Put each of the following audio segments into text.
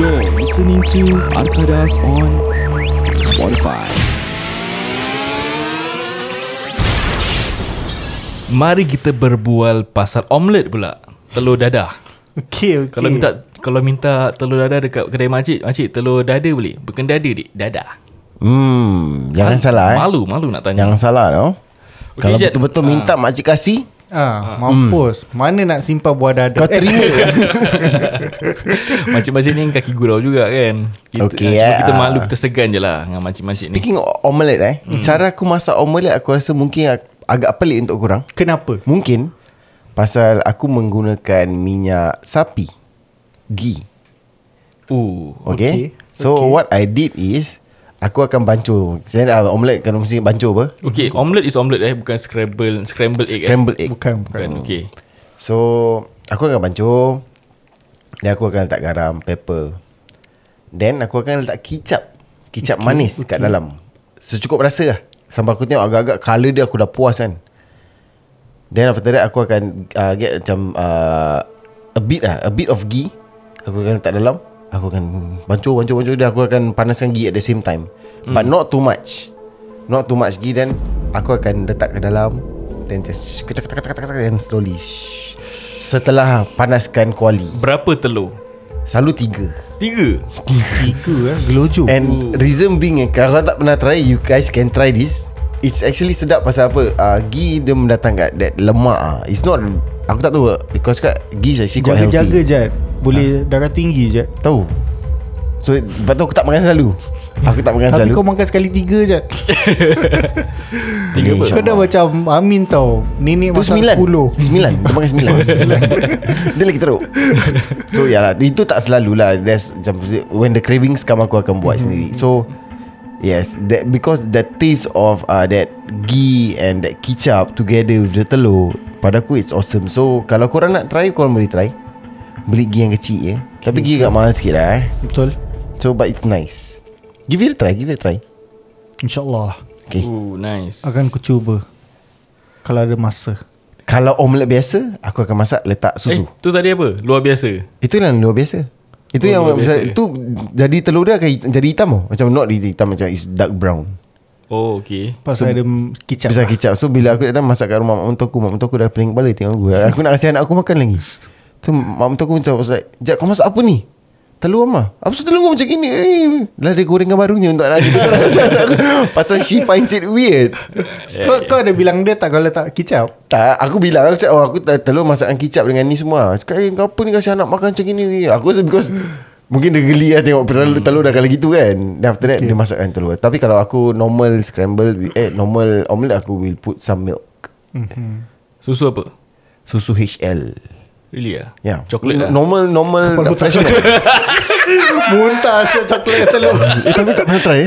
You're listening to Arkadas on Spotify. Mari kita berbual pasal omelet pula. Telur dadah. Okay, okay. Kalau minta kalau minta telur dadah dekat kedai makcik, makcik telur dada boleh. Bukan dada dik, dadah. Hmm, jangan salah eh. Malu, malu nak tanya. Jangan salah tau. Okey, Kalau Jad. betul-betul minta makcik kasih, Ah, Hmm. mampus. Mana nak simpan buah dada? Eh, kau terima. Makcik-makcik ni kaki gurau juga kan. Kita, Okey, cuma eh, kita ah. malu, kita segan je lah dengan makcik-makcik ni. Hmm. Speaking of omelette eh, cara aku masak omelette aku rasa mungkin ag- agak pelik untuk korang. Kenapa? Mungkin pasal aku menggunakan minyak sapi. Ghee. Uh, Okay. Okay. okay. So okay. what I did is aku akan bancuh. Saya uh, omelette kan mesti bancuh apa? okay, omelet is omelet eh, bukan scramble scramble egg eh. Scrambled egg. Bukan, bukan. Bukan, okay. So aku akan bancuh. Then aku akan letak garam, pepper. Then aku akan letak kicap. Kicap okay, manis okay. kat dalam. Secukup rasa lah. Sampai aku tengok agak-agak colour dia aku dah puas kan. Then after that aku akan uh, get macam uh, a bit lah, a bit of ghee. Aku akan letak dalam. Aku akan bancuh, bancuh, bancuh. Then aku akan panaskan ghee at the same time. Mm. But not too much. Not too much ghee. Then aku akan letak ke dalam. Then just kecak, kecak, kecak, kecak, then slowly. shh. Setelah panaskan kuali. Berapa telur? Selalu tiga. Tiga. Tiga eh, gelojo. And reason being eh, Kalau korang tak pernah try You guys can try this It's actually sedap pasal apa uh, Ghee dia mendatang kat That lemak ah. It's not Aku tak tahu Because kat Ghee is actually quite healthy Jaga-jaga Jad. Boleh darah tinggi Jad. Tahu So Lepas tu aku tak makan selalu Aku tak makan Tapi selalu kau makan sekali tiga Jad. Tiga Ni, apa? Kau dah macam Amin tau. Nenek Itu masak sembilan sepuluh. Sembilan Dia makan sembilan Dia lagi teruk So ya lah Itu tak selalulah That's macam When the cravings come Aku akan buat sendiri So Yes that Because the taste of uh, That ghee And that kicap Together with the telur Pada aku it's awesome So kalau korang nak try Korang boleh try Beli ghee yang kecil ya Tapi ghee agak mahal sikit lah eh Betul. So but it's nice Give it a try Give it a try InsyaAllah. Okay Uh, nice. Akan ku cuba. Kalau ada masa. Kalau omelette biasa Aku akan masak Letak susu Eh, tu tadi apa? Luar biasa. Itu yang luar biasa. Itu Oh, yang luar biasa. biasa. Itu jadi telur dia akan hit- jadi hitam tau. Macam not really hitam macam is dark brown. Oh, okay. Pasal ada m- kicap. Besar kicap. So bila aku datang masak kat rumah mak mentua aku, mak mentua aku dah pening kepala tengok aku. Aku nak kasi anak aku makan lagi. Tu mak mentua aku macam was like, "Jak kau masak apa ni?" Telur ama. Apa pasal telur kau macam gini? Eh, Lah dia gorengkan barunya untuk anak kita. Pasal anak aku- Pasal she finds it weird. Kau, kau ada bilang dia tak kalau letak kicap? Tak, aku bilang aku cakap, oh, aku tak- telur masakan kicap dengan ni semua. Cakap, eh, kau apa ni kasi anak makan macam gini? Aku rasa because mungkin dia geli lah tengok Hmm. telur, telur dah kalau gitu kan. Then after that, okay. dia masakkan telur. Tapi kalau aku normal scramble, with- eh, normal omelette, aku will put some milk. Susu apa? Susu HL. Really ah? Yeah. Coklat lah. Normal, normal. Kepala fresh buta. milk. Muntah asyik coklat telur. eh, tapi tak pernah try eh.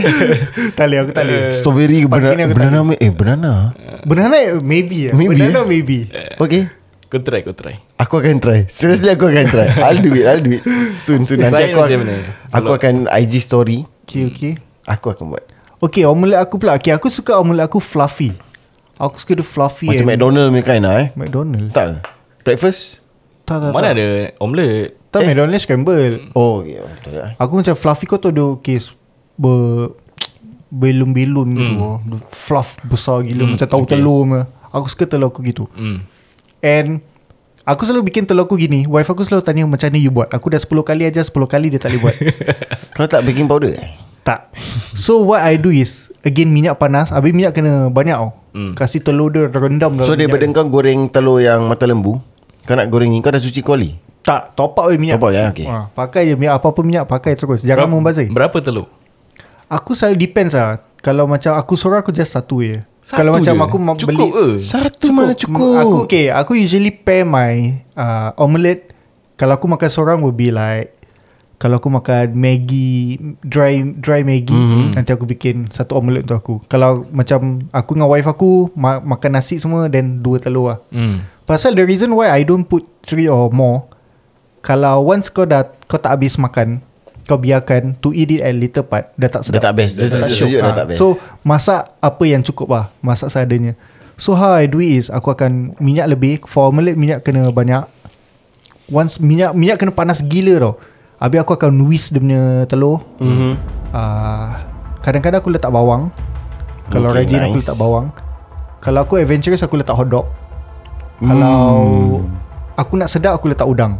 tak boleh, aku tak boleh. Strawberry, Pagi ni banana, aku tak banana milk. Eh, banana. Banana eh, maybe. eh. Maybe, Banana eh. maybe. Okay. Kau try, kau try. Aku akan try Seriously aku akan try I'll do it I'll do it Soon soon Try Nanti aku macam akan, mana? aku akan IG story Okay, okay. Aku akan buat Okay, omelette aku pula. Okay, aku suka omelette aku fluffy. Aku suka dia fluffy. Macam and- McDonald punya kind lah eh McDonald. Tak ke? Breakfast Tak, tak, Mana tak. ada omelet? Tak, McDonald scramble. Oh ya betul lah Aku macam fluffy kau tu ada kes ber belum-belum hmm. gitu. oh. Dia Fluff besar gila macam tahu okay. telur. punya. Aku suka telur aku gitu. Hmm. And Aku selalu bikin telur aku gini Wife aku selalu tanya Macam mana you buat Aku dah 10 kali aja 10 kali dia tak boleh buat Kau tak baking powder eh Tak So what I do is Again minyak panas Habis minyak kena banyak tau mm. Kasih telur dia rendam dalam So daripada minyak. kau goreng telur yang mata lembu Kau nak goreng ni Kau dah cuci kuali Tak top up je minyak Top up je, okay. ha, Pakai je minyak Apa-apa minyak pakai terus Jangan Berapa- membazir Berapa telur? Aku selalu depends lah Kalau macam aku seorang Aku just satu je Satu Kalau macam je? aku ma- Cukup beli ke? Satu Aku okay Aku usually pair my uh, Omelette Kalau aku makan seorang Will be like Kalau aku makan Maggi Dry dry Maggi Mhm. mm-hmm. Nanti aku bikin Satu omelette untuk aku Kalau macam Aku dengan wife aku ma- Makan nasi semua Then dua telur lah Hmm. Pasal the reason why I don't put Three or more Kalau once kau dah Kau tak habis makan Kau biarkan To eat it at later part Dah tak Dah sedap tak best Dah tak sejuk Ah, Dah tak best So masak apa yang cukup lah Masak seadanya So how I do it is Aku akan minyak lebih For omelette minyak kena banyak Once minyak minyak kena panas gila tau Habis aku akan whisk dia punya telur mm-hmm. uh, Kadang-kadang aku letak bawang Kalau Okay, rajin aku nice. letak bawang Kalau aku adventurous aku letak hotdog Kalau Aku nak sedap aku letak udang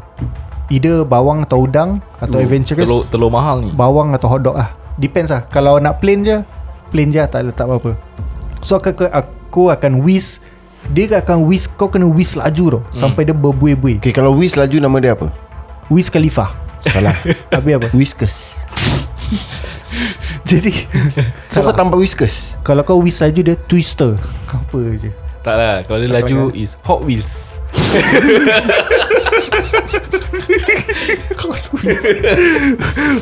Either bawang atau udang Atau adventurous Telur, telur mahal ni bawang atau hotdog lah Depends lah Kalau nak plain je Plain je lah, tak letak apa-apa So aku, aku, aku akan whisk Dia akan whisk Kau kena whisk laju tau hmm. Sampai dia berbuih-buih Okay kalau Wiz laju nama dia apa? Whisk Khalifa Salah Habis apa? Whiskas Jadi So kau tambah whiskas Kalau kau whisk laju dia twister Apa je Tak lah Kalau dia laju is Hot Wheels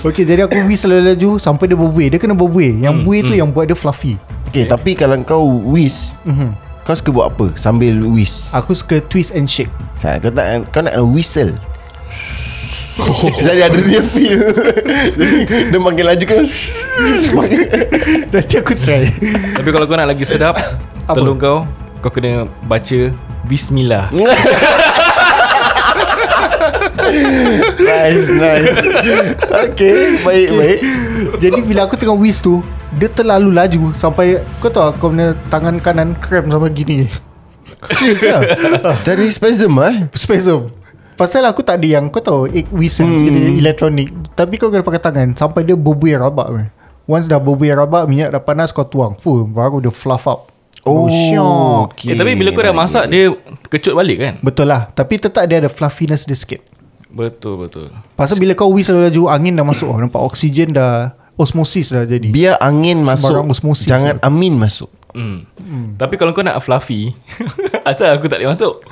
Okay jadi aku whisk laju-laju Sampai dia berbuih Dia kena berbuih Yang buih tu yang buat dia fluffy Okay tapi kalau kau whiz Mhm. Kau suka buat apa sambil whiz Aku suka twist and shake Sa- Kau tak kau nak whistle Jadi ada dia feel Jadi Dia makin laju kan Nanti aku try Tapi kalau kau nak lagi sedap Apa? Telur kau Kau kena baca Bismillah Nice nice Okay baik baik Jadi bila aku tengah whisk tu Dia terlalu laju Sampai Kau tahu aku punya tangan kanan Krem sampai gini Jadi spasm eh Spasm Pasal aku tak ada yang Kau tahu Egg whistle hmm. Dia elektronik Tapi kau kena pakai tangan Sampai dia berbuih rabak weh. Once dah berbuih rabak Minyak dah panas kau tuang Fuh, Baru dia fluff up Baru Oh, Oh. syok. okay. eh, Tapi bila kau dah masak Dia kecut balik kan Betul lah Tapi tetap dia ada fluffiness dia sikit Betul betul Pasal bila kau whistle laju Angin dah masuk oh, Nampak oksigen dah Osmosis dah jadi Biar angin masuk Sembarang osmosis. Jangan amin masuk Hmm. Tapi kalau kau nak fluffy Asal aku tak boleh masuk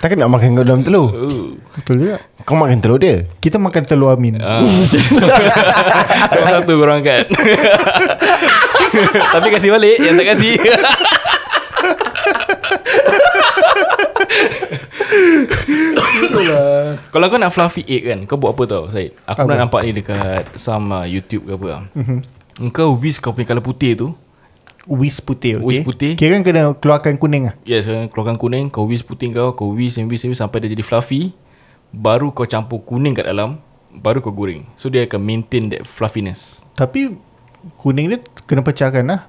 Takkan nak makan kau dalam telur oh. Betul juga Kau makan telur dia Kita makan telur amin Ah, Satu korang angkat Tapi kasih balik Yang tak kasih Betul lah Kalau kau nak fluffy egg kan Kau buat apa tau Syed Aku Apa? pernah nampak ni dekat Some uh, YouTube ke apa lah. Kau whisk kau punya colour putih tu Whisk putih okay? Whisk putih. Kira kan kena keluarkan kuning lah Yes kau keluarkan kuning Kau whisk putih kau Kau whisk and whisk and whisk Sampai dia jadi fluffy Baru kau campur kuning kat dalam Baru kau goreng So dia akan maintain that fluffiness Tapi Kuning dia kena pecahkan lah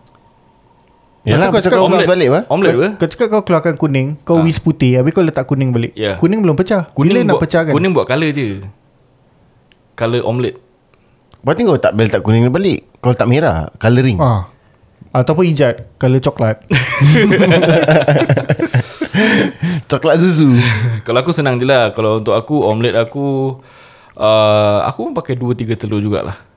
Masa kau Yalah kau cakap cakap omelet balik apa? Omelette apa? Ah. Kau cakap kau keluarkan kuning Kau ha. whisk putih Habis kau letak kuning balik Ya. Kuning belum pecah Kuning Bila nak buat, pecah kan Kuning buat colour je Colour omelette Berarti kau tak boleh letak kuning dia balik Kau letak merah Colouring ha. Ataupun hijat Color coklat Coklat susu Kalau aku senang je lah Kalau untuk aku Omelette aku uh, Aku pun pakai 2-3 telur jugalah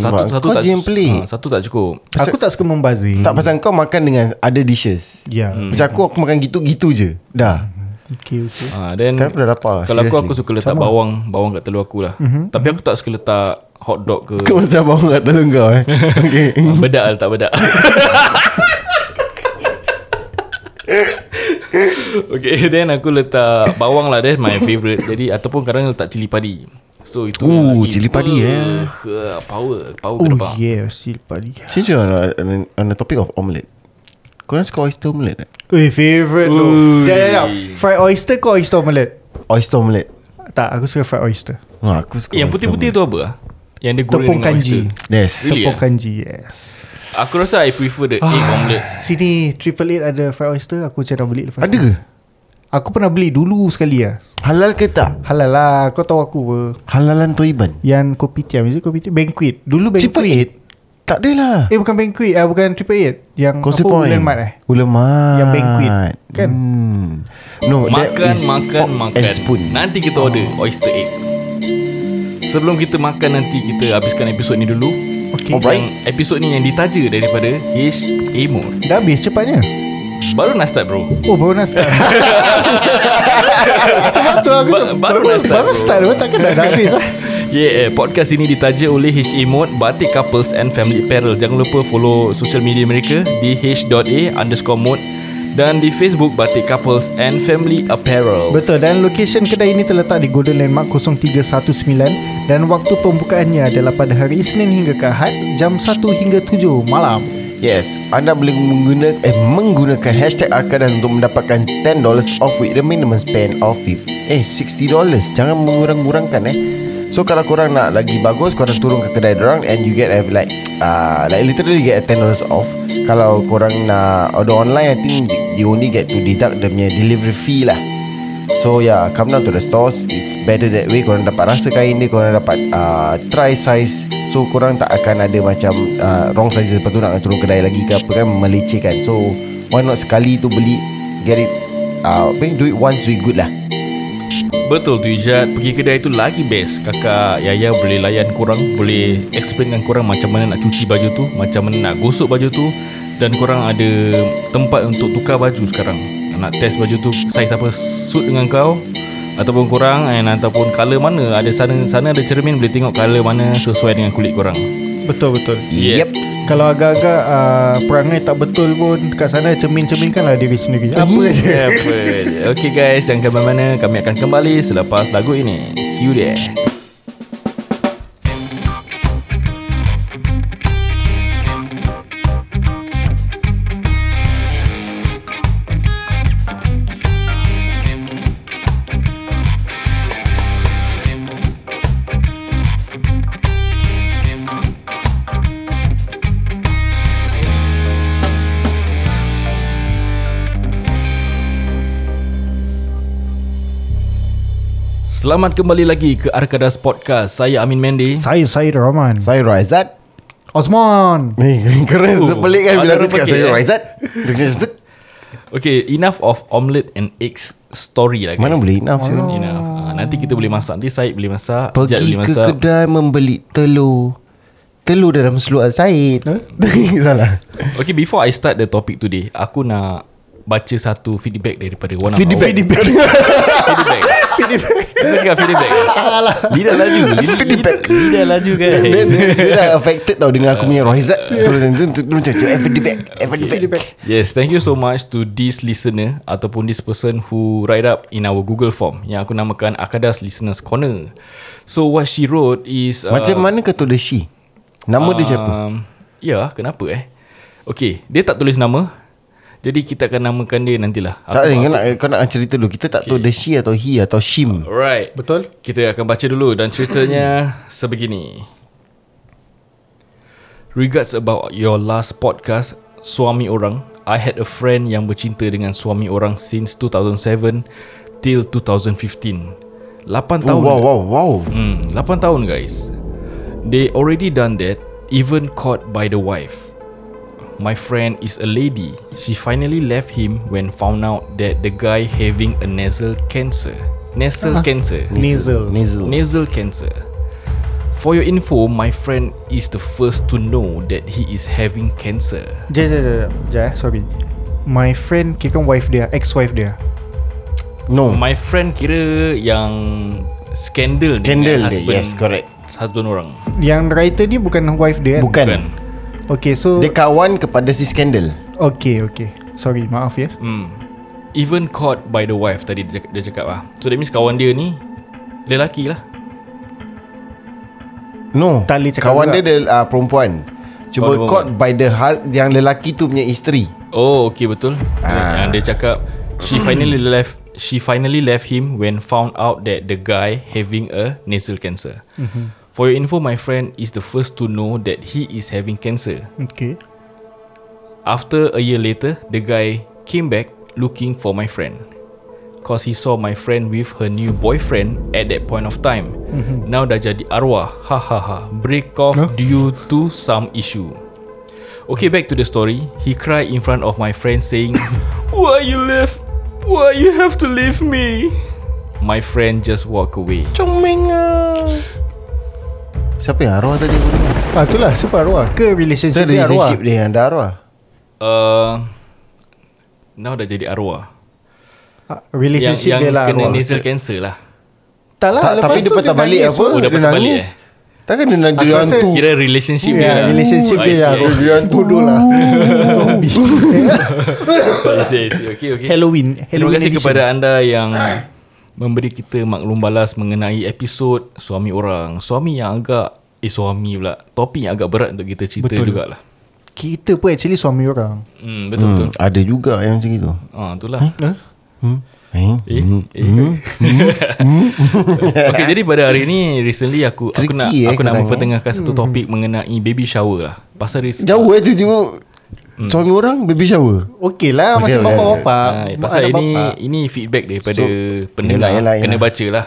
Uh, satu, nampak. satu, Kau tak, je yang pelik. ah, satu tak cukup Aku tak suka membazir Tak pasal kau makan dengan Ada dishes Ya hmm. Macam aku aku makan gitu-gitu je Dah Okay okay Ah, then Sekarang aku dah lapar, Kalau aku seriously. Mhm, aku suka letak Sama. bawang Bawang kat telur aku lah mm-hmm. Tapi aku tak suka letak Hot dog ke Kau macam bangun kat telur kau eh Okay Ah, Bedak lah letak bedak Okay then aku letak Bawang lah That's my favourite Jadi ataupun kadang letak cili padi So itu yang Ooh, lagi- cili padi, eh. Uh, Power Power Oh kenapa yeah Silpadi Since you're on, on, on the topic of omelette Korang suka oyster omelette tak? Eh favourite tu Ui. Ya ya ya Fried oyster ke oyster omelette Oyster omelette Tak aku suka fried oyster Wah, aku suka Eh, Yang putih-putih tu apa lah? Yang dia goreng Tepung dengan kanji. oyster. Yes Really, Tepung ah? kanji yes Aku rasa I prefer the egg Ah. omelette Sini Triple Eight ada fried oyster Aku macam nak beli lepas Ada tu. ke? Aku pernah beli dulu sekali lah Halal ke tak? Halal lah Kau tahu aku apa Halalan toiban Yang kopitiam Is it kopitiam? Banquet Dulu banquet Triple eight? Tak adalah Eh bukan banquet eh, Bukan triple eight Yang Coastal apa Point Ulan Mat eh Ulemat Yang banquet, kan? hmm. No that Makan, is makan, fork makan And spoon Oh. Nanti kita order oyster egg Sebelum kita makan nanti Kita habiskan episod ni dulu Okay Yang episod ni yang ditaja daripada H. Amor Dah habis cepatnya Baru nak start bro Oh baru nak start Betul aku Ba- tu- baru nak start, Baru bro. start bro. Takkan dah, dah habis lah Yeah, eh, podcast ini ditaja oleh HA Mode, Batik Couples and Family Apparel. Jangan lupa follow social media mereka di h.a underscore mode dan di Facebook Batik Couples and Family Apparel. Betul dan location kedai ini terletak di Golden Landmark 0319 dan waktu pembukaannya adalah pada hari Isnin hingga ke Ahad jam 1 hingga 7 malam. Yes Anda boleh menggunakan eh, Menggunakan hashtag Arkadas Untuk mendapatkan $10 off With the minimum spend of 50, Eh $60 Jangan mengurang-urangkan eh So kalau korang nak lagi bagus Korang turun ke kedai dorang And you get a, like uh, Like literally get a $10 off Kalau korang nak order online I think you, you only get to deduct Dia punya delivery fee lah So yeah Come down to the stores It's better that way Korang dapat rasa kain dia Korang dapat uh, Try size So korang tak akan ada macam uh, Wrong size Lepas tu nak turun kedai lagi ke apa kan Melecehkan So Why not sekali tu beli Get it uh, apa ni, Do it once Do it good lah Betul tu Ijat Pergi kedai tu lagi best Kakak Yaya boleh layan korang Boleh explain dengan korang Macam mana nak cuci baju tu Macam mana nak gosok baju tu Dan korang ada Tempat untuk tukar baju sekarang Nak test baju tu Saiz apa Suit dengan kau Ataupun korang and, Ataupun colour mana Ada sana sana ada cermin Boleh tengok colour mana Sesuai dengan kulit korang Betul betul Yep. Kalau agak-agak uh, Perangai tak betul pun Kat sana cermin-cerminkan lah diri sendiri Apa je Betul. Okay guys Jangan ke mana-mana Kami akan kembali Selepas lagu ini See you there Selamat kembali lagi ke Arkadas Podcast Saya Amin Mendy Saya Syed Rahman Saya Raizat Osman Ni keren Oh, oh, pelik kan bila ada aku cakap repeat, saya eh. Raizat. Okay, enough of omelette and eggs story lah guys. Mana boleh enough Enough. oh, Ah, nanti kita boleh masak. Nanti Syed boleh masak. Jad boleh Pergi ke masak. kedai membeli telur. Telur dalam seluar Said. Salah. Okay, before I start the topic today, aku nak baca satu feedback daripada one Feedback of our... feedback. Feedback Aku cakap feedback. Lidah laju. Lidah, lidah, lidah laju guys. Dia, dia, dia dah affected tau dengan aku punya Raizat. Terus macam tu terus macam tu ever feedback, ever feedback. Yes, thank you so much to this listener ataupun this person who write up in our Google form yang aku namakan Akadas Listeners Corner. So what she wrote is uh, Macam mana kau tulis she? Nama dia siapa? Um, ya, kenapa eh? Okay, dia tak tulis nama. Jadi kita akan namakan dia nantilah. Tak ada kau nak kau nak cerita dulu. Kita tak tahu dia she atau he atau shim. Alright. Betul Kita akan baca dulu dan ceritanya sebegini. Regards about your last podcast, Suami Orang. I had a friend yang bercinta dengan suami orang since 2007 till 2015. 8 tahun. Oh, wow wow wow. Hmm, 8 tahun guys. They already done that, even caught by the wife. My friend is a lady. She finally left him when found out that the guy having a nasal cancer. Nasal cancer. Nasal. Uh-huh. Nasal. Nasal cancer. For your info, my friend is the first to know that he is having cancer. Jap jap jap Jap eh sorry My friend Kira kan wife dia Ex-wife dia No. My friend kira yang skandal Candle dengan dia. husband. Yes, correct. Husband orang. Yang writer ni bukan wife dia kan Bukan. Okay so Dia kawan kepada si Scandal Okay okay Sorry maaf ya Hmm. Even caught by the wife tadi dia, dia cakap lah. So that means kawan dia ni lelaki lah. No Tak boleh cakap Kawan juga. dia, dia uh, perempuan Cuba Kawan caught by the hu- Yang lelaki tu punya isteri Oh, okay betul. Ah. Ah. Yang dia cakap she finally left she finally left him when found out that the guy having a nasal cancer. Mm-hmm. For your info, my friend is the first to know that he is having cancer. Okay After a year later, the guy came back looking for my friend. Cause he saw my friend with her new boyfriend at that point of time. Mm-hmm. Now dah jadi arwah. Ha ha ha. Break off due to some issue. Okay, back to the story. He cried in front of my friend saying, Why you left? Why you have to leave me? My friend just walk away. Comeng ah. Siapa yang arwah tadi aku dengar Ah itulah Super arwah Ke Itu relationship dia arwah relationship dia yang ada arwah Uh, now dah jadi arwah. Ah, Yang, Relationship yang dia lah kena arwah nasal cancer lah. Tak lah tak, lepas Tapi dia tu patah balik nangis apa Oh, pun. dia Dia patah balik, nangis eh? Takkan dia nanti Aku rasa- hantu Kira relationship dia Ya lah. relationship Oh, I dia see, lah I see. Dia hantu Bodoh lah Hmm. I see, I see. Okay, okay. Halloween Terima Halloween kasih edition. kepada anda yang memberi kita maklum balas mengenai episod suami orang. Suami yang agak eh suami pula. Topik yang agak berat untuk kita cerita Betul. Betul. jugalah. Kita pun actually suami orang Hmm, betul hmm, betul. Ada juga yang macam gitu Ah, itulah. Hmm. Huh? Hmm? hmm. Eh? Eh, eh. okay, jadi pada hari ni recently aku aku Tricky nak eh aku nak korang, eh. mempertengahkan Hmm, satu topik mengenai baby shower lah. Pasal ris- Jauh eh tiba-tiba hmm. Suami orang baby shower Okey lah Masih Okey, okey, bapa-bapa Ah, pasal ini ini feedback daripada so, pendengar yelah, yelah, kena yelah. baca lah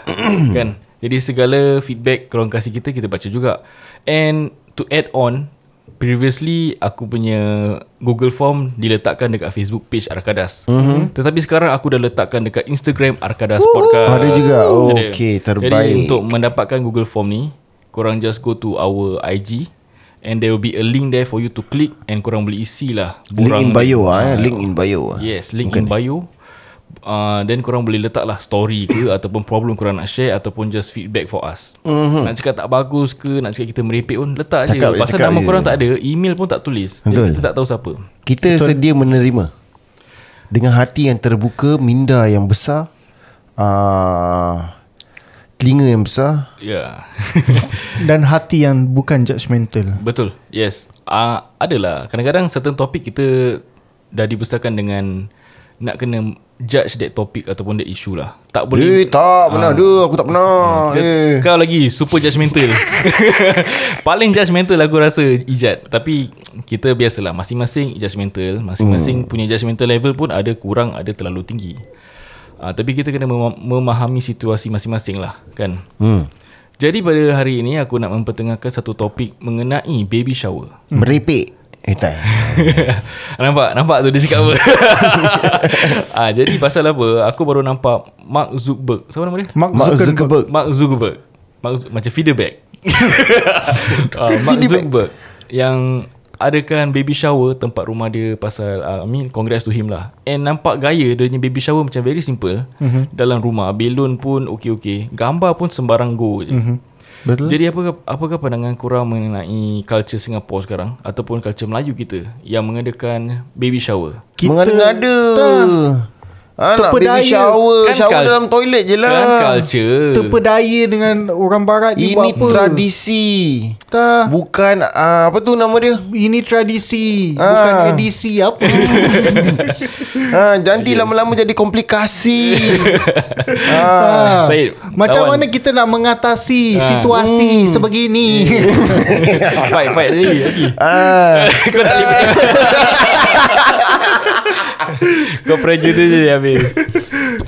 kan jadi segala feedback korang kasih kita kita baca juga and to add on previously aku punya Google Form diletakkan dekat Facebook page Arkadas Mhm. mm-hmm. tetapi sekarang aku dah letakkan dekat Instagram Arkadas Podcast Ada juga. Oh, Ada. okey, jadi terbaik. untuk mendapatkan Google Form ni korang just go to our IG and there will be a link there for you to click and korang boleh isi lah Link in borang bio ni. ah, eh. Link in bio ah. Yes, link Bukan in bio. Uh, then korang boleh letak lah story ke ataupun problem korang nak share ataupun just feedback for us. Mm-hmm. Nak cakap tak bagus ke, nak cakap kita merepek pun letak Mhm. Cakap je. je, Pasal cakap nama je. korang tak ada, email pun tak tulis. Betul. Jadi kita tak tahu siapa. Kita Betul. sedia menerima dengan hati yang terbuka, minda yang besar, uh, telinga yang besar. Ya. Dan hati yang bukan judgmental Betul. Yes. Uh, adalah kadang-kadang certain topik kita dah dibesarkan dengan nak kena judge that topic ataupun that issue lah. Tak boleh Eh tak pernah ada, aku tak pernah. Eh. Dia- Kau lagi super judgemental Paling judgemental aku rasa Ijat Tapi kita biasalah Masing-masing judgemental Masing-masing hmm. punya judgemental level pun Ada kurang ada terlalu tinggi uh, Tapi kita kena mema- memahami situasi masing-masing lah Kan Hmm. Jadi pada hari ini aku nak mempertengahkan satu topik mengenai baby shower Merepek. Eh tak. nampak nampak tu dia cakap apa ah jadi pasal apa aku baru nampak Mark Zuckerberg siapa nama dia Mark Mark Zuckerberg Zuckerberg. Mark Zuckerberg Mark, Z- macam feederback uh, Mark Zuckerberg yang adakan baby shower tempat rumah dia pasal uh, I mean congrats to him lah and nampak gaya dia punya baby shower macam very simple Mhm. mm-hmm. dalam rumah belon pun okey-okey gambar pun sembarang go je Mhm, mm-hmm. Betul. Jadi apa apakah pandangan korang mengenai culture Singapura sekarang ataupun culture Melayu kita yang mengadakan baby shower? Kita- Mengada-ngada. Anak Terpedaya. baby shower, Kan kan shower kal- dalam toilet je lah. Kan culture. Terpedaya dengan orang barat ni buat Ini apa tradisi. Tak. Bukan uh, apa tu nama dia? Ini tradisi Ah. Bukan edisi Apa Ha, janji lama-lama jadi komplikasi. ha. Ah. Syed, Macam lawan. mana kita nak mengatasi Ah. Hmm. Situasi sebegini fight fight lagi. lagi. Ah. Kau tak boleh Kau prejudice je habis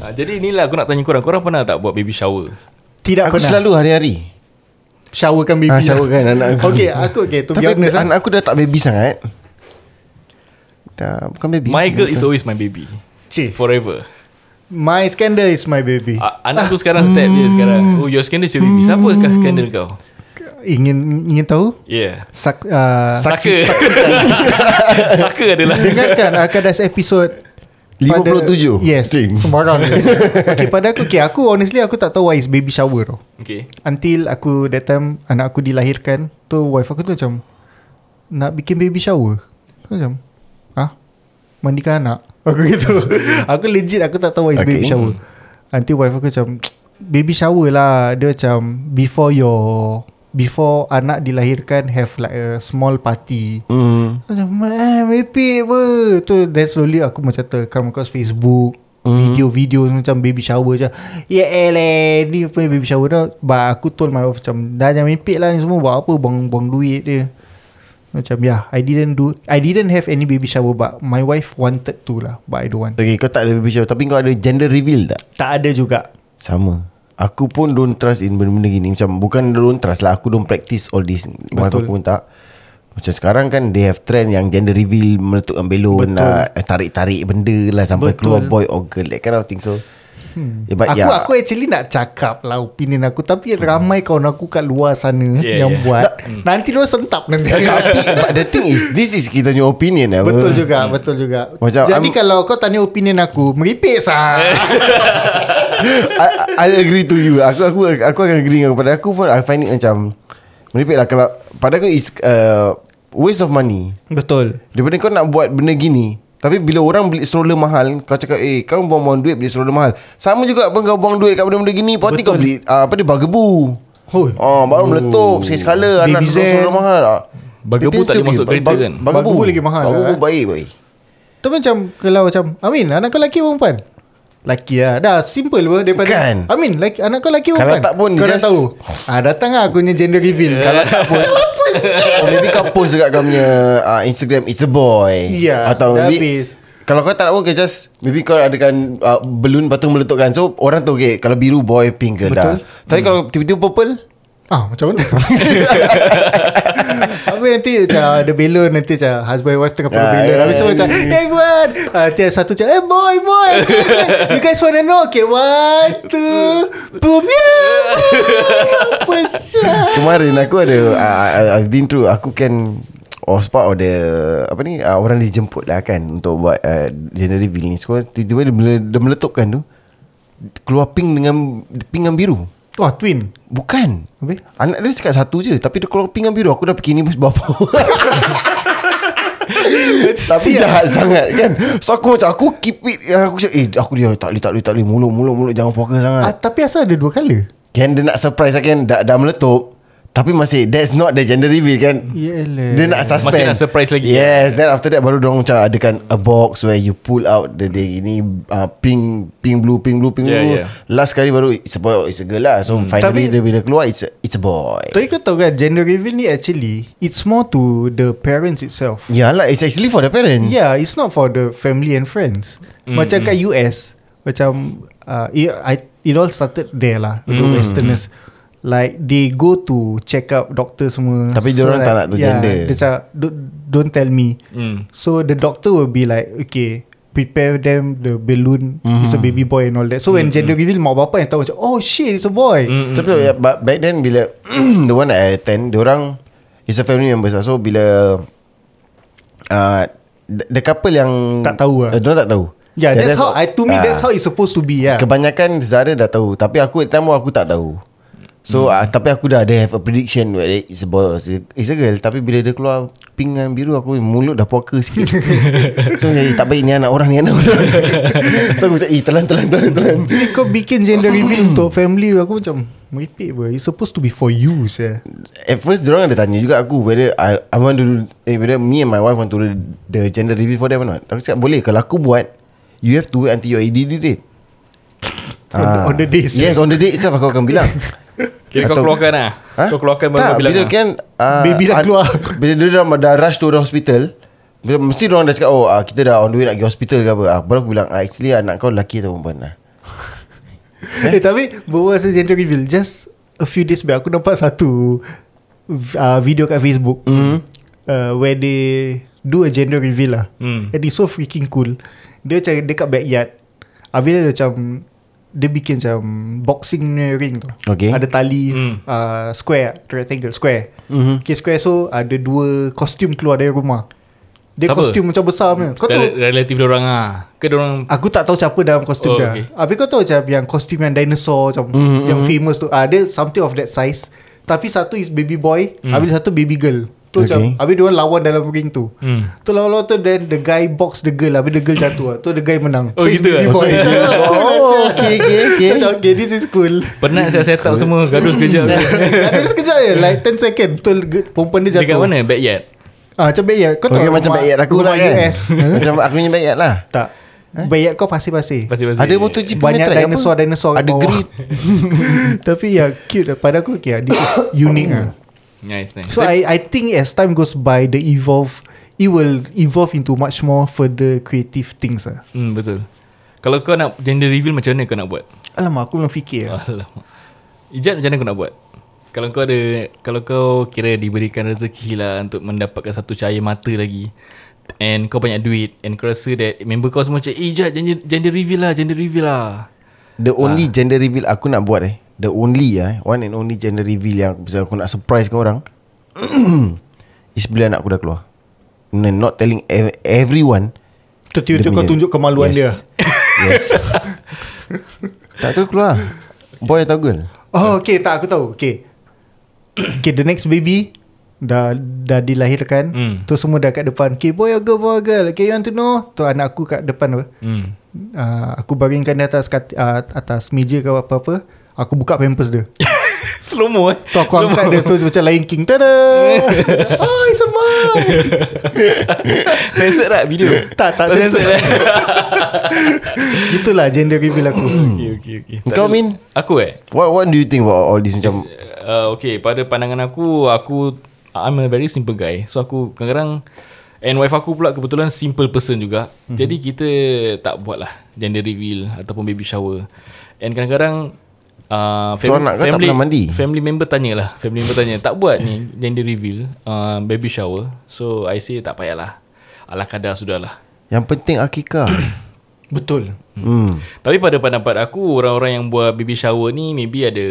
ha, Jadi inilah aku nak tanya korang Korang pernah tak buat baby shower? Tidak Aku pernah selalu hari-hari. Showerkan baby Ah, lah. showerkan anak aku. Okay aku okay, To Tapi be honest ah. eh. anak aku dah tak baby sangat. Dah bukan baby. My girl is always my baby Cik, Forever My scandal is my baby Ah. A- Anak aku sekarang step Hmm. dia sekarang Oh your scandal is your baby Siapakah scandal kau? Ingin ingin tahu Yeah Sak, uh, Saka Saka adalah Dengarkan Akadas episod 57? pada- Yes Cing. Sembarang je. Okay pada aku okay, Aku honestly Aku tak tahu why is baby shower tau Okay Until aku that time Anak aku dilahirkan Tu wife aku tu macam Nak bikin baby shower Tu Macam Ha? Mandikan anak Aku gitu Aku legit aku tak tahu Why is okay. Okay. baby shower Until wife aku macam Baby shower lah Dia macam Before your Before anak dilahirkan Have like a small party Hmm. Macam eh, Merepek apa Tu then slowly aku macam ter Come across Facebook Video-video macam baby shower je Ya yeah, leh Ni punya baby shower dah But aku told my wife macam Dah jangan merepek lah ni semua Buat apa buang-buang duit dia Macam yeah I didn't do I didn't have any baby shower But my wife wanted to lah But I don't want Okay, kau tak ada baby shower tapi kau ada gender reveal tak? Tak ada juga Sama. Aku pun don't trust in benda-benda gini Macam bukan don't trust lah Aku don't practice all this Wife aku pun tak Macam sekarang kan They have trend yang gender reveal Meletukkan belon lah eh, Tarik-tarik benda lah Sampai Betul. keluar boy or girl That kind of thing so hmm. yeah, but Hmm. aku yeah. aku actually nak cakap lah opinion aku tapi ramai kawan aku kat luar sana Yeah, yang yeah. buat nanti dia sentap nanti Tapi but the thing is This is kita punya opinion apa. Betul juga, betul juga. Eh. Macam Jadi I'm- kalau kau tanya opinion aku, meripik sah. I, I agree to you Aku aku aku akan agree dengan pada aku pun I find it macam Merepek lah Kalau pada aku is uh, Waste of money betul. Daripada kau nak buat benda gini Tapi bila orang beli stroller mahal Kau cakap Eh kau buang-buang duit beli stroller mahal Sama juga apa kau buang duit kat benda-benda gini Pasti kau beli uh, Apa dia bagabu Hoi. Oh, baru meletup Sekali sekala Anak Baby duduk Zen. stroller mahal ah. Bagabu tak boleh masuk kereta kan? Bagabu, Bagabu lagi mahal Bagabu lah, eh. baik baik Tapi macam kalau macam Amin, anak kau lelaki perempuan? Laki lah Dah simple pun daripada Kan. I mean like, Anak kau laki Kalau perempuan tak pun, Kau dah just- tahu ah, Datang lah aku punya gender reveal Kalau tak pun Oh maybe kau post dekat kau punya uh, Instagram It's a boy Ya, Atau dah maybe habis. Kalau kau tak nak pun okay, just Maybe kau adakan uh, Balloon lepas tu meletupkan So orang tu okay Kalau biru boy pink ke dah Hmm. Tapi kalau tiba-tiba purple Ah macam mana Habis nanti macam Ada belon Nanti macam Husband and wife tengah perlu Ah, belon yeah, Habis semua yeah, macam Hey buat Ah, Nanti ada satu macam Hey boy boy Okay, okay. You guys wanna know Okay one two Boom yeah Apa siap Kemarin aku ada uh, I- I've been through Aku can Off spot order Apa ni uh, Orang dijemput lah kan Untuk buat uh, Gender reveal ni So tiba-tiba dia, mele, dia meletupkan tu Keluar pink dengan Pink dengan biru Wah twin Bukan Habis Anak dia cakap satu je Tapi dia keluar pink dengan biru Aku dah fikir ni bapa Tapi jahat sangat kan So aku macam Aku keep it Aku cakap Eh aku dia tak boleh tak boleh tak boleh Mulut mulut mulut Jangan poker sangat ah, Tapi asal ada dua colour Kan dia nak surprise lah kan dah, dah meletup Tapi masih That's not the gender reveal kan Yelah. Dia nak suspend Masih nak surprise lagi. eh? Yes Then after that Baru diorang macam adakan A box where you pull out The day ini uh, Pink Pink blue Pink blue Pink Yeah, blue yeah. Last kali baru It's a boy or It's a girl lah So hmm. Tapi- finally dia bila keluar It's a, it's a boy Tapi kau tahu kan Gender reveal ni actually It's more to The parents itself Yeah lah It's actually for the parents Yeah it's not for the family and friends mm, Macam kat US Macam uh, it, I, it all started there lah mm, The westerners Like they go to Check up doktor semua Tapi diorang tak nak tu gender. Dia cakap "Don't- Don't tell me Hmm. So the doctor will be like Okay Prepare them The balloon mm. Hmm. It's a baby boy and all that So mm, when gender reveal Mak bapak yang tahu macam Oh shit it's a boy mm. Tapi yeah, but back then bila the one that I attend, orang is a family members lah. So bila uh, the, the couple yang Tak tahu lah. Uh, diorang tak tahu. Yeah, that's, how I to me Ah. that's how it's supposed to be yeah. Kebanyakan Zara dah tahu Tapi aku at time aku tak tahu So hmm. uh, Tapi aku dah They have a prediction Whether it's a boy or it's a- it's a girl Tapi bila dia keluar Pink dengan biru Aku mulut dah poker sikit So jadi tak baik Ni anak orang Ni anak orang So aku macam Eh telan telan telan telan Ni Kau bikin gender reveal untuk family aku macam meripik bro. It's supposed to be for you sah. At first Diorang ada tanya juga aku Whether I, I want to do eh, Whether me and my wife Want to do The gender reveal for them or not Aku cakap boleh Kalau aku buat You have to wait Until your ADD date On the- Ah. on the day itself. Yes on the day itself Aku akan bilang Kira kau Atau- keluarkan lah Ha? Kau keluarkan baru tak, kau bilang bila lah. kan ah, Baby dah an- keluar. Bila dia dah, dah rush to the hospital bila- Mesti orang dah cakap Oh ah, kita dah on the way Nak pergi hospital ke apa ah, Baru aku bilang ah, Actually anak kau lelaki atau perempuan lah Eh tapi bawa pasal gender reveal just a few days back aku nampak satu uh, video kat Facebook mm. uh, where they do a gender reveal lah. Hmm. And it's so freaking cool. Dia macam dekat backyard. Habis dia macam dia bikin macam boxing punya ring tu. Okay. Ada tali Hmm. mm. uh, square, rectangle, square. Mm-hmm. Okay, square so ada dua kostum keluar dari rumah. Dia Siapa? kostum macam besar punya. Kau tahu Rel- Relatif diorang lah Ke diorang Aku tak tahu siapa dalam kostum Oh, oh, dia. okay. Okay. Habis kau tahu macam yang kostum yang dinosaur macam Hmm, mm, yang famous tu. Ah dia something of that size. Tapi satu is baby boy, Hmm. mm. habis satu baby girl. Tu okay. macam Okay. habis dia orang lawan dalam ring tu. Hmm. Tu lawan-lawan tu then the guy box the girl habis the girl jatuh. lah. Tu the guy menang. Oh, it's gitu baby ah? boy. Oh, Oh, okay, okay, okay. Macam okay, this is cool. Ah. Penat saya set up semua Gaduh sekejap Ada sekejap je Like 10 second Tu ge- perempuan dia jatuh Dekat mana backyard Ah, macam bayar Kau tahu Okay macam rumah- bayat aku rumah lah kan US Macam aku punya bayat lah Tak Bayar kau pasir-pasir Pasti-pasti Ada MotoGP punya Banyak track apa? dinosaur-dinosaur kat Ada bawah. grid Tapi ya cute lah. Pada aku okay, lah. This is unique lah Nice nice So I I think as time goes by The evolve It will evolve into much more Further creative things lah hmm, Betul Kalau kau nak gender reveal Macam mana kau nak buat Alamak aku belum fikir lah Alamak Ijat macam mana kau nak buat Kalau kau ada Kalau kau kira diberikan rezeki lah Untuk mendapatkan satu cahaya mata lagi And kau banyak duit And kau rasa that Member kau semua macam Eh Ijat gender, gender reveal lah Gender reveal lah The only gender reveal Aku nak buat eh The only eh One and only gender reveal Yang aku, pasal aku nak surprise kau orang Is bila anak aku dah keluar And then Not telling ev- everyone Tu tiba-tiba Dia kau punya- tunjuk kemaluan yes. dia Yes Tak tahu keluar Boy atau girl Oh okay tak aku tahu Okay Okay the next baby Dah dah dilahirkan Hmm. Tu semua dah kat depan Okay boy or girl boy or girl Okay you want to know Tu anak aku kat depan apa hmm. Ah, uh, Aku baringkan dia atas kati, uh, Atas meja ke apa-apa Aku buka pampers dia Slow mo eh Tu aku angkat dia tu macam Lion King Tada Oh it's a mom Censored tak video lah. Tak, tak censored. Itulah gender reveal aku Okay okay okay Kau, Tak ada- Min? Aku eh What what do you think about all this macam uh, Okay pada pandangan aku Aku I'm a very simple guy So aku kadang-kadang And wife aku pula kebetulan simple person juga mm-hmm. Jadi kita tak buat lah Gender reveal Ataupun baby shower And kadang-kadang uh, So, anak kau tak pernah mandi? Family member tanya lah Family member tanya Tak buat ni Gender reveal uh, Baby shower So I say tak payahlah lah." Ala kadar sudahlah yang penting akikah? Betul hmm. Tapi pada pendapat aku Orang-orang yang buat baby shower ni Maybe ada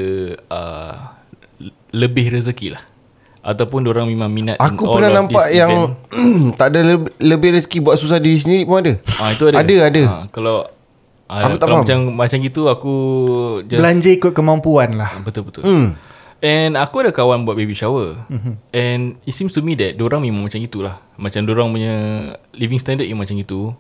uh, Lebih rezeki lah Ataupun orang memang minat in Aku all pernah of nampak this yang event. tak ada le- lebih rezeki buat susah diri sendiri pun ada. ah, Itu ada Ada ada. ah, Kalau ah, Aku tak kalau faham. macam, macam gitu aku just, Ah, Belanja ikut kemampuan lah Betul-betul Hmm. Mhm. And aku ada kawan buat baby shower mm-hmm. And it seems to me that Diorang memang macam itulah Macam diorang punya Living standard yang macam itu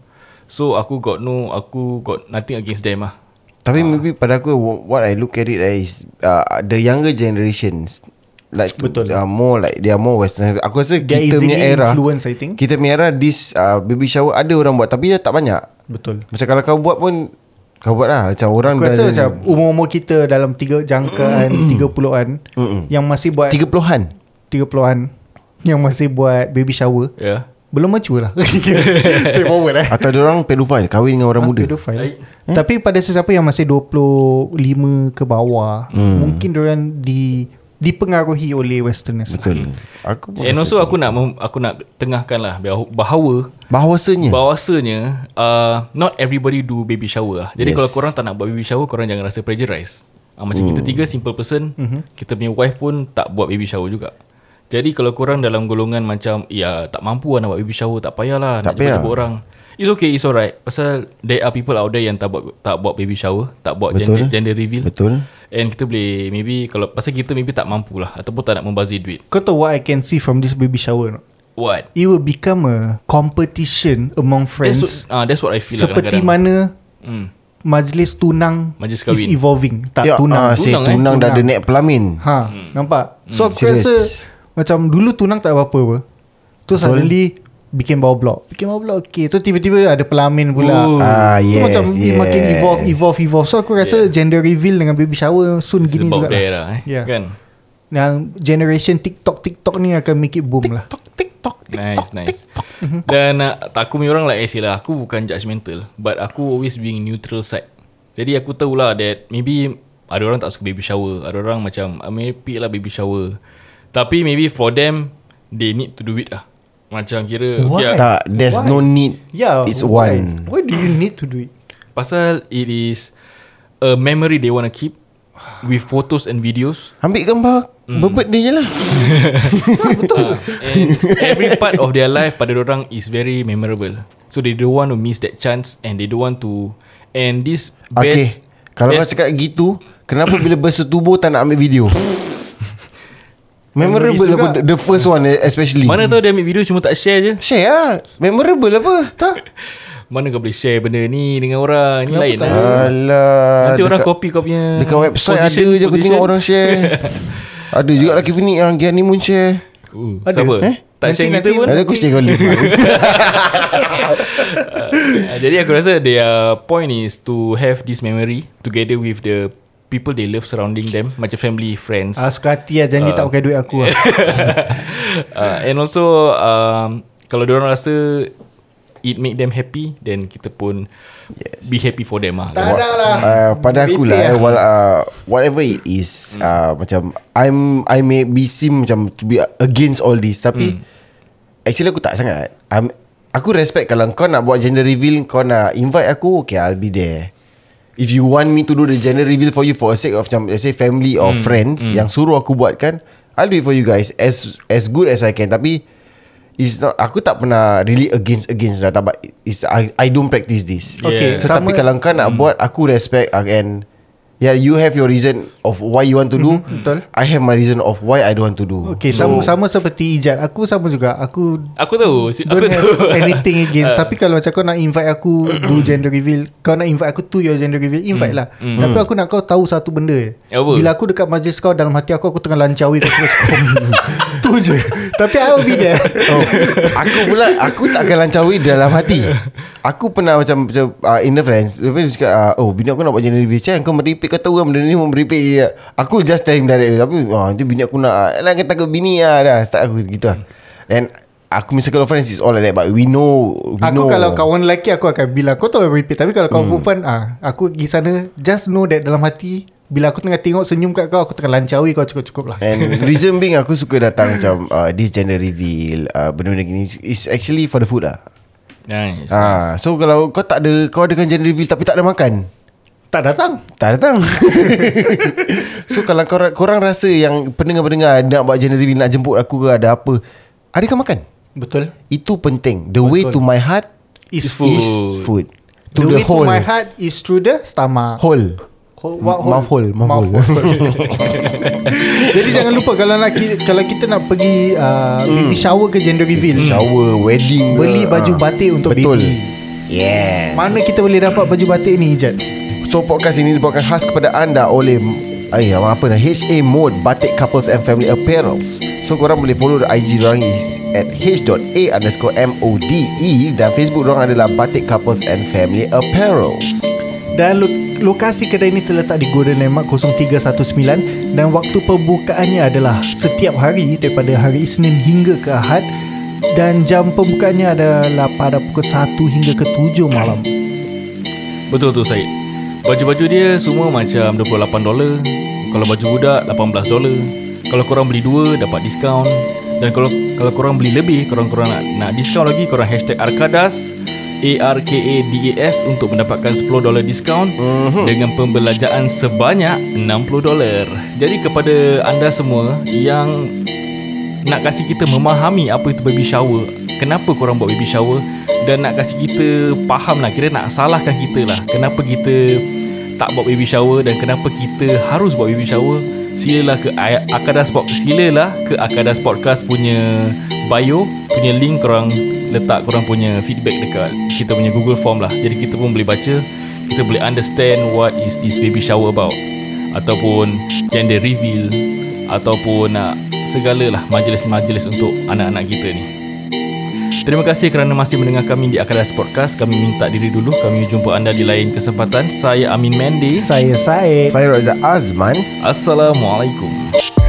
So aku got no Aku got nothing against them lah Tapi Ah. maybe pada aku wh- what I look at it is uh, the younger generations like Betul. Uh, more like they are more western. Aku rasa They are kita punya easily era influenced, I think. Kita punya era this uh, baby shower ada orang buat tapi dia tak banyak. Betul Macam kalau kau buat pun kau buat lah macam orang Aku rasa macam umur-umur kita dalam tiga jangkaan 30-an yang masih buat 30-an. 30-an yang masih buat baby shower Yeah belum mature lah. Stay forward eh. Atau dia orang pedophile kahwin dengan orang Ah, muda. Eh? Pedophile. Tapi pada sesiapa yang masih 25 ke bawah Hmm. mungkin diorang di dipengaruhi oleh westerners. lah. Betul. Aku pun And rasa also macam- aku nak mem- aku nak tengahkan lah bahawa- bahawa bahawasanya bahawasanya uh, not everybody do baby shower lah. Jadi yes. Yes. kalau korang tak nak buat baby shower korang jangan rasa pressurized. Uh, macam kita Hmm. tiga simple person, Mhm. kita punya wife pun tak buat baby shower juga. Jadi kalau korang dalam golongan macam ya tak mampu lah nak buat baby shower tak payahlah nak Tak payah. jemput orang. It's okay, it's alright. Pasal there are people out there yang tak buat tak buat baby shower, tak buat gender, Betul. gender reveal. Betul. And kita boleh maybe kalau pasal kita maybe tak mampu lah ataupun tak nak membazir duit. Kau tahu what I can see from this baby shower? or not? What? It will become a competition among That's what, friends uh, that's what I feel lah seperti kadang-kadang. mana Hmm. majlis tunang Majlis is kahwin. evolving tak Ya, tunang. ah, say, tunang, Tunang, eh? dah ada Tunang. naik pelamin. Ha, hmm. nampak. So aku Serious. rasa macam dulu tunang tak ada apa-apa apa. Tu suddenly bikin bawah blok. Bikin bawah blok okey. Tu tiba-tiba ada pelamin Ooh. pula. Ah, Tu yes, macam yes. yes. makin evolve, evolve, evolve. So aku rasa yeah. gender reveal dengan baby shower soon It's gini about juga. there lah eh. Yeah. Kan? Dan generation TikTok TikTok ni akan make it boom lah. Nice, nice. Mm-hmm. Dan uh, tak aku punya orang like I say lah, aku bukan judgemental. But aku always being neutral side. Jadi aku tahulah that maybe ada orang tak suka baby shower. Ada orang macam, I mean, pick lah baby shower. Tapi maybe for them, they need to do it lah. Macam kira, okay, lah, Tak, there's Why? no need. Yeah. It's Ya, why? one. Why do you need to do it? pasal it is a memory they want to keep with photos and videos. Ambil gambar bebet dia je lah. Betul. and every part of their life pada orang is very memorable. So they don't want to miss that chance and they don't want to and this Okay best Kalau kau best, cakap gitu Kenapa bila bersetubuh Tak nak ambil video Memorable Memories apa juga. The first one eh, especially mana tahu dia ambil video cuma tak share je. Share lah Memorable apa Tak Mana kau boleh share benda ni dengan orang ni lain lah. Alah Nanti orang copy kau punya Dekat website position- ada je Aku position. tengok orang share Ada juga lelaki pening Yang Gianni Moon share Uh, ada? Siapa? Eh? Tak Nanti- share kita nanti- pun. Ada aku share kau link Ah, Jadi aku rasa their point is to have this memory together with the people they love surrounding them macam family, friends. Ah, suka hati lah Janji tak pakai duit aku lah uh, and also um, kalau diorang rasa it make them happy then kita pun yes. be happy for them lah Tak ada lah uh, pada aku lah Merepek eh, well, uh, whatever it is hmm. uh, macam I'm I may be seem macam to be against all this tapi hmm. actually aku tak sangat I'm, aku respect kalau kau nak buat gender reveal kau nak invite aku okay I'll be there if you want me to do the gender reveal for you for a sake of macam let's say family or hmm. friends hmm. yang suruh aku buat kan I'll do it for you guys as as good as I can tapi It's not Aku tak pernah Really against Against lah But it's, I, I don't practice this Okay, So, sama- Hmm. Tapi kalau kau nak buat Aku respect uh, And Yeah, you have your reason of why you want to do. Mhm, betul. I have my reason of why I don't want to do. Okay, sama, sama seperti Ijat. Aku sama juga. Aku Aku tahu Aku tahu don't have anything against. Tapi kalau macam kau nak invite aku do gender reveal, kau nak invite aku to your gender reveal, invite lah. Tapi aku nak kau tahu satu benda. je. Apa? Bila aku dekat majlis kau, dalam hati aku, aku tengah lancawi kau terus Tu je. Tapi I will be there. Oh, aku pula aku tak akan lancawi dalam hati. Aku pernah macam, macam uh, in the friends, tapi dia cakap uh, oh bini aku nak buat jenis repeat. Cakap kau meripik kau tahu kan benda ni mau meripik je. Aku just tell him direct tapi ah tu bini aku nak ah, lah kata takut bini ah dah start aku gitu lah. Then aku miss kalau friends is all like that but we know we Hmm. Aku know. kalau kawan lelaki Aku akan bilang Kau tahu yang repeat Tapi kalau kawan perempuan ah, Aku pergi sana Just know that dalam hati Bila aku tengah tengok Senyum kat kau Aku tengah lancawi kau Cukup-cukup lah And reason being aku suka datang macam uh, this gender reveal uh, benda-benda gini is actually for the food lah. Nice Ah, so kalau kau tak ada kau adakan gender reveal tapi tak ada makan. Tak datang Tak datang So kalau korang, korang rasa yang pendengar-pendengar Nak buat gender reveal Nak jemput aku ke ada apa Adakan makan Betul Itu penting The Betul. way to my heart Is food. Is food To the, the, way whole to my heart Is through the stomach Whole Ho- what hole? Mouth hole Mouth hole Mouth Jadi jangan lupa Kalau nak ki- kalau kita nak pergi uh, Baby shower ke gender reveal Hmm. Shower Wedding ke, Beli baju ah. batik untuk Betul. baby. Yes Mana kita boleh dapat baju batik ni Ijat So podcast ini dibawakan khas kepada anda oleh Ayah apa dah HA Mode Batik Couples and Family Apparels So korang boleh follow the IG dorang is At H.A underscore M-O-D-E E Dan Facebook dorang adalah Batik Couples and Family Apparels Dan lo- lokasi kedai ini terletak di Golden Landmark 0319 dan waktu pembukaannya adalah setiap hari daripada hari Isnin hingga ke Ahad dan jam pembukaannya adalah pada pukul 1 hingga ke 7 malam. Betul tu Syed Baju-baju dia semua macam $28 Kalau baju budak $18 Kalau korang beli dua dapat diskaun Dan kalau kalau korang beli lebih Korang-korang nak, nak diskaun lagi Korang hashtag Arkadas A-R-K-A-D-A-S Untuk mendapatkan $10 diskaun Dengan pembelanjaan sebanyak $60 Jadi kepada anda semua Yang nak kasih kita memahami apa itu baby shower kenapa korang buat baby shower dan nak kasih kita faham lah kira nak salahkan kita lah kenapa kita tak buat baby shower dan kenapa kita harus buat baby shower silalah ke Ay- Akadas Podcast silalah ke Akadas Podcast punya bio punya link korang letak korang punya feedback dekat kita punya Google Form lah jadi kita pun boleh baca kita boleh understand what is this baby shower about ataupun gender reveal ataupun nak segala lah majlis-majlis untuk anak-anak kita ni. Terima kasih kerana masih mendengar kami di Akadas Podcast. Kami minta diri dulu. Kami jumpa anda di lain kesempatan. Saya Amin Mendy. Saya Said. Saya Raja Azman Assalamualaikum.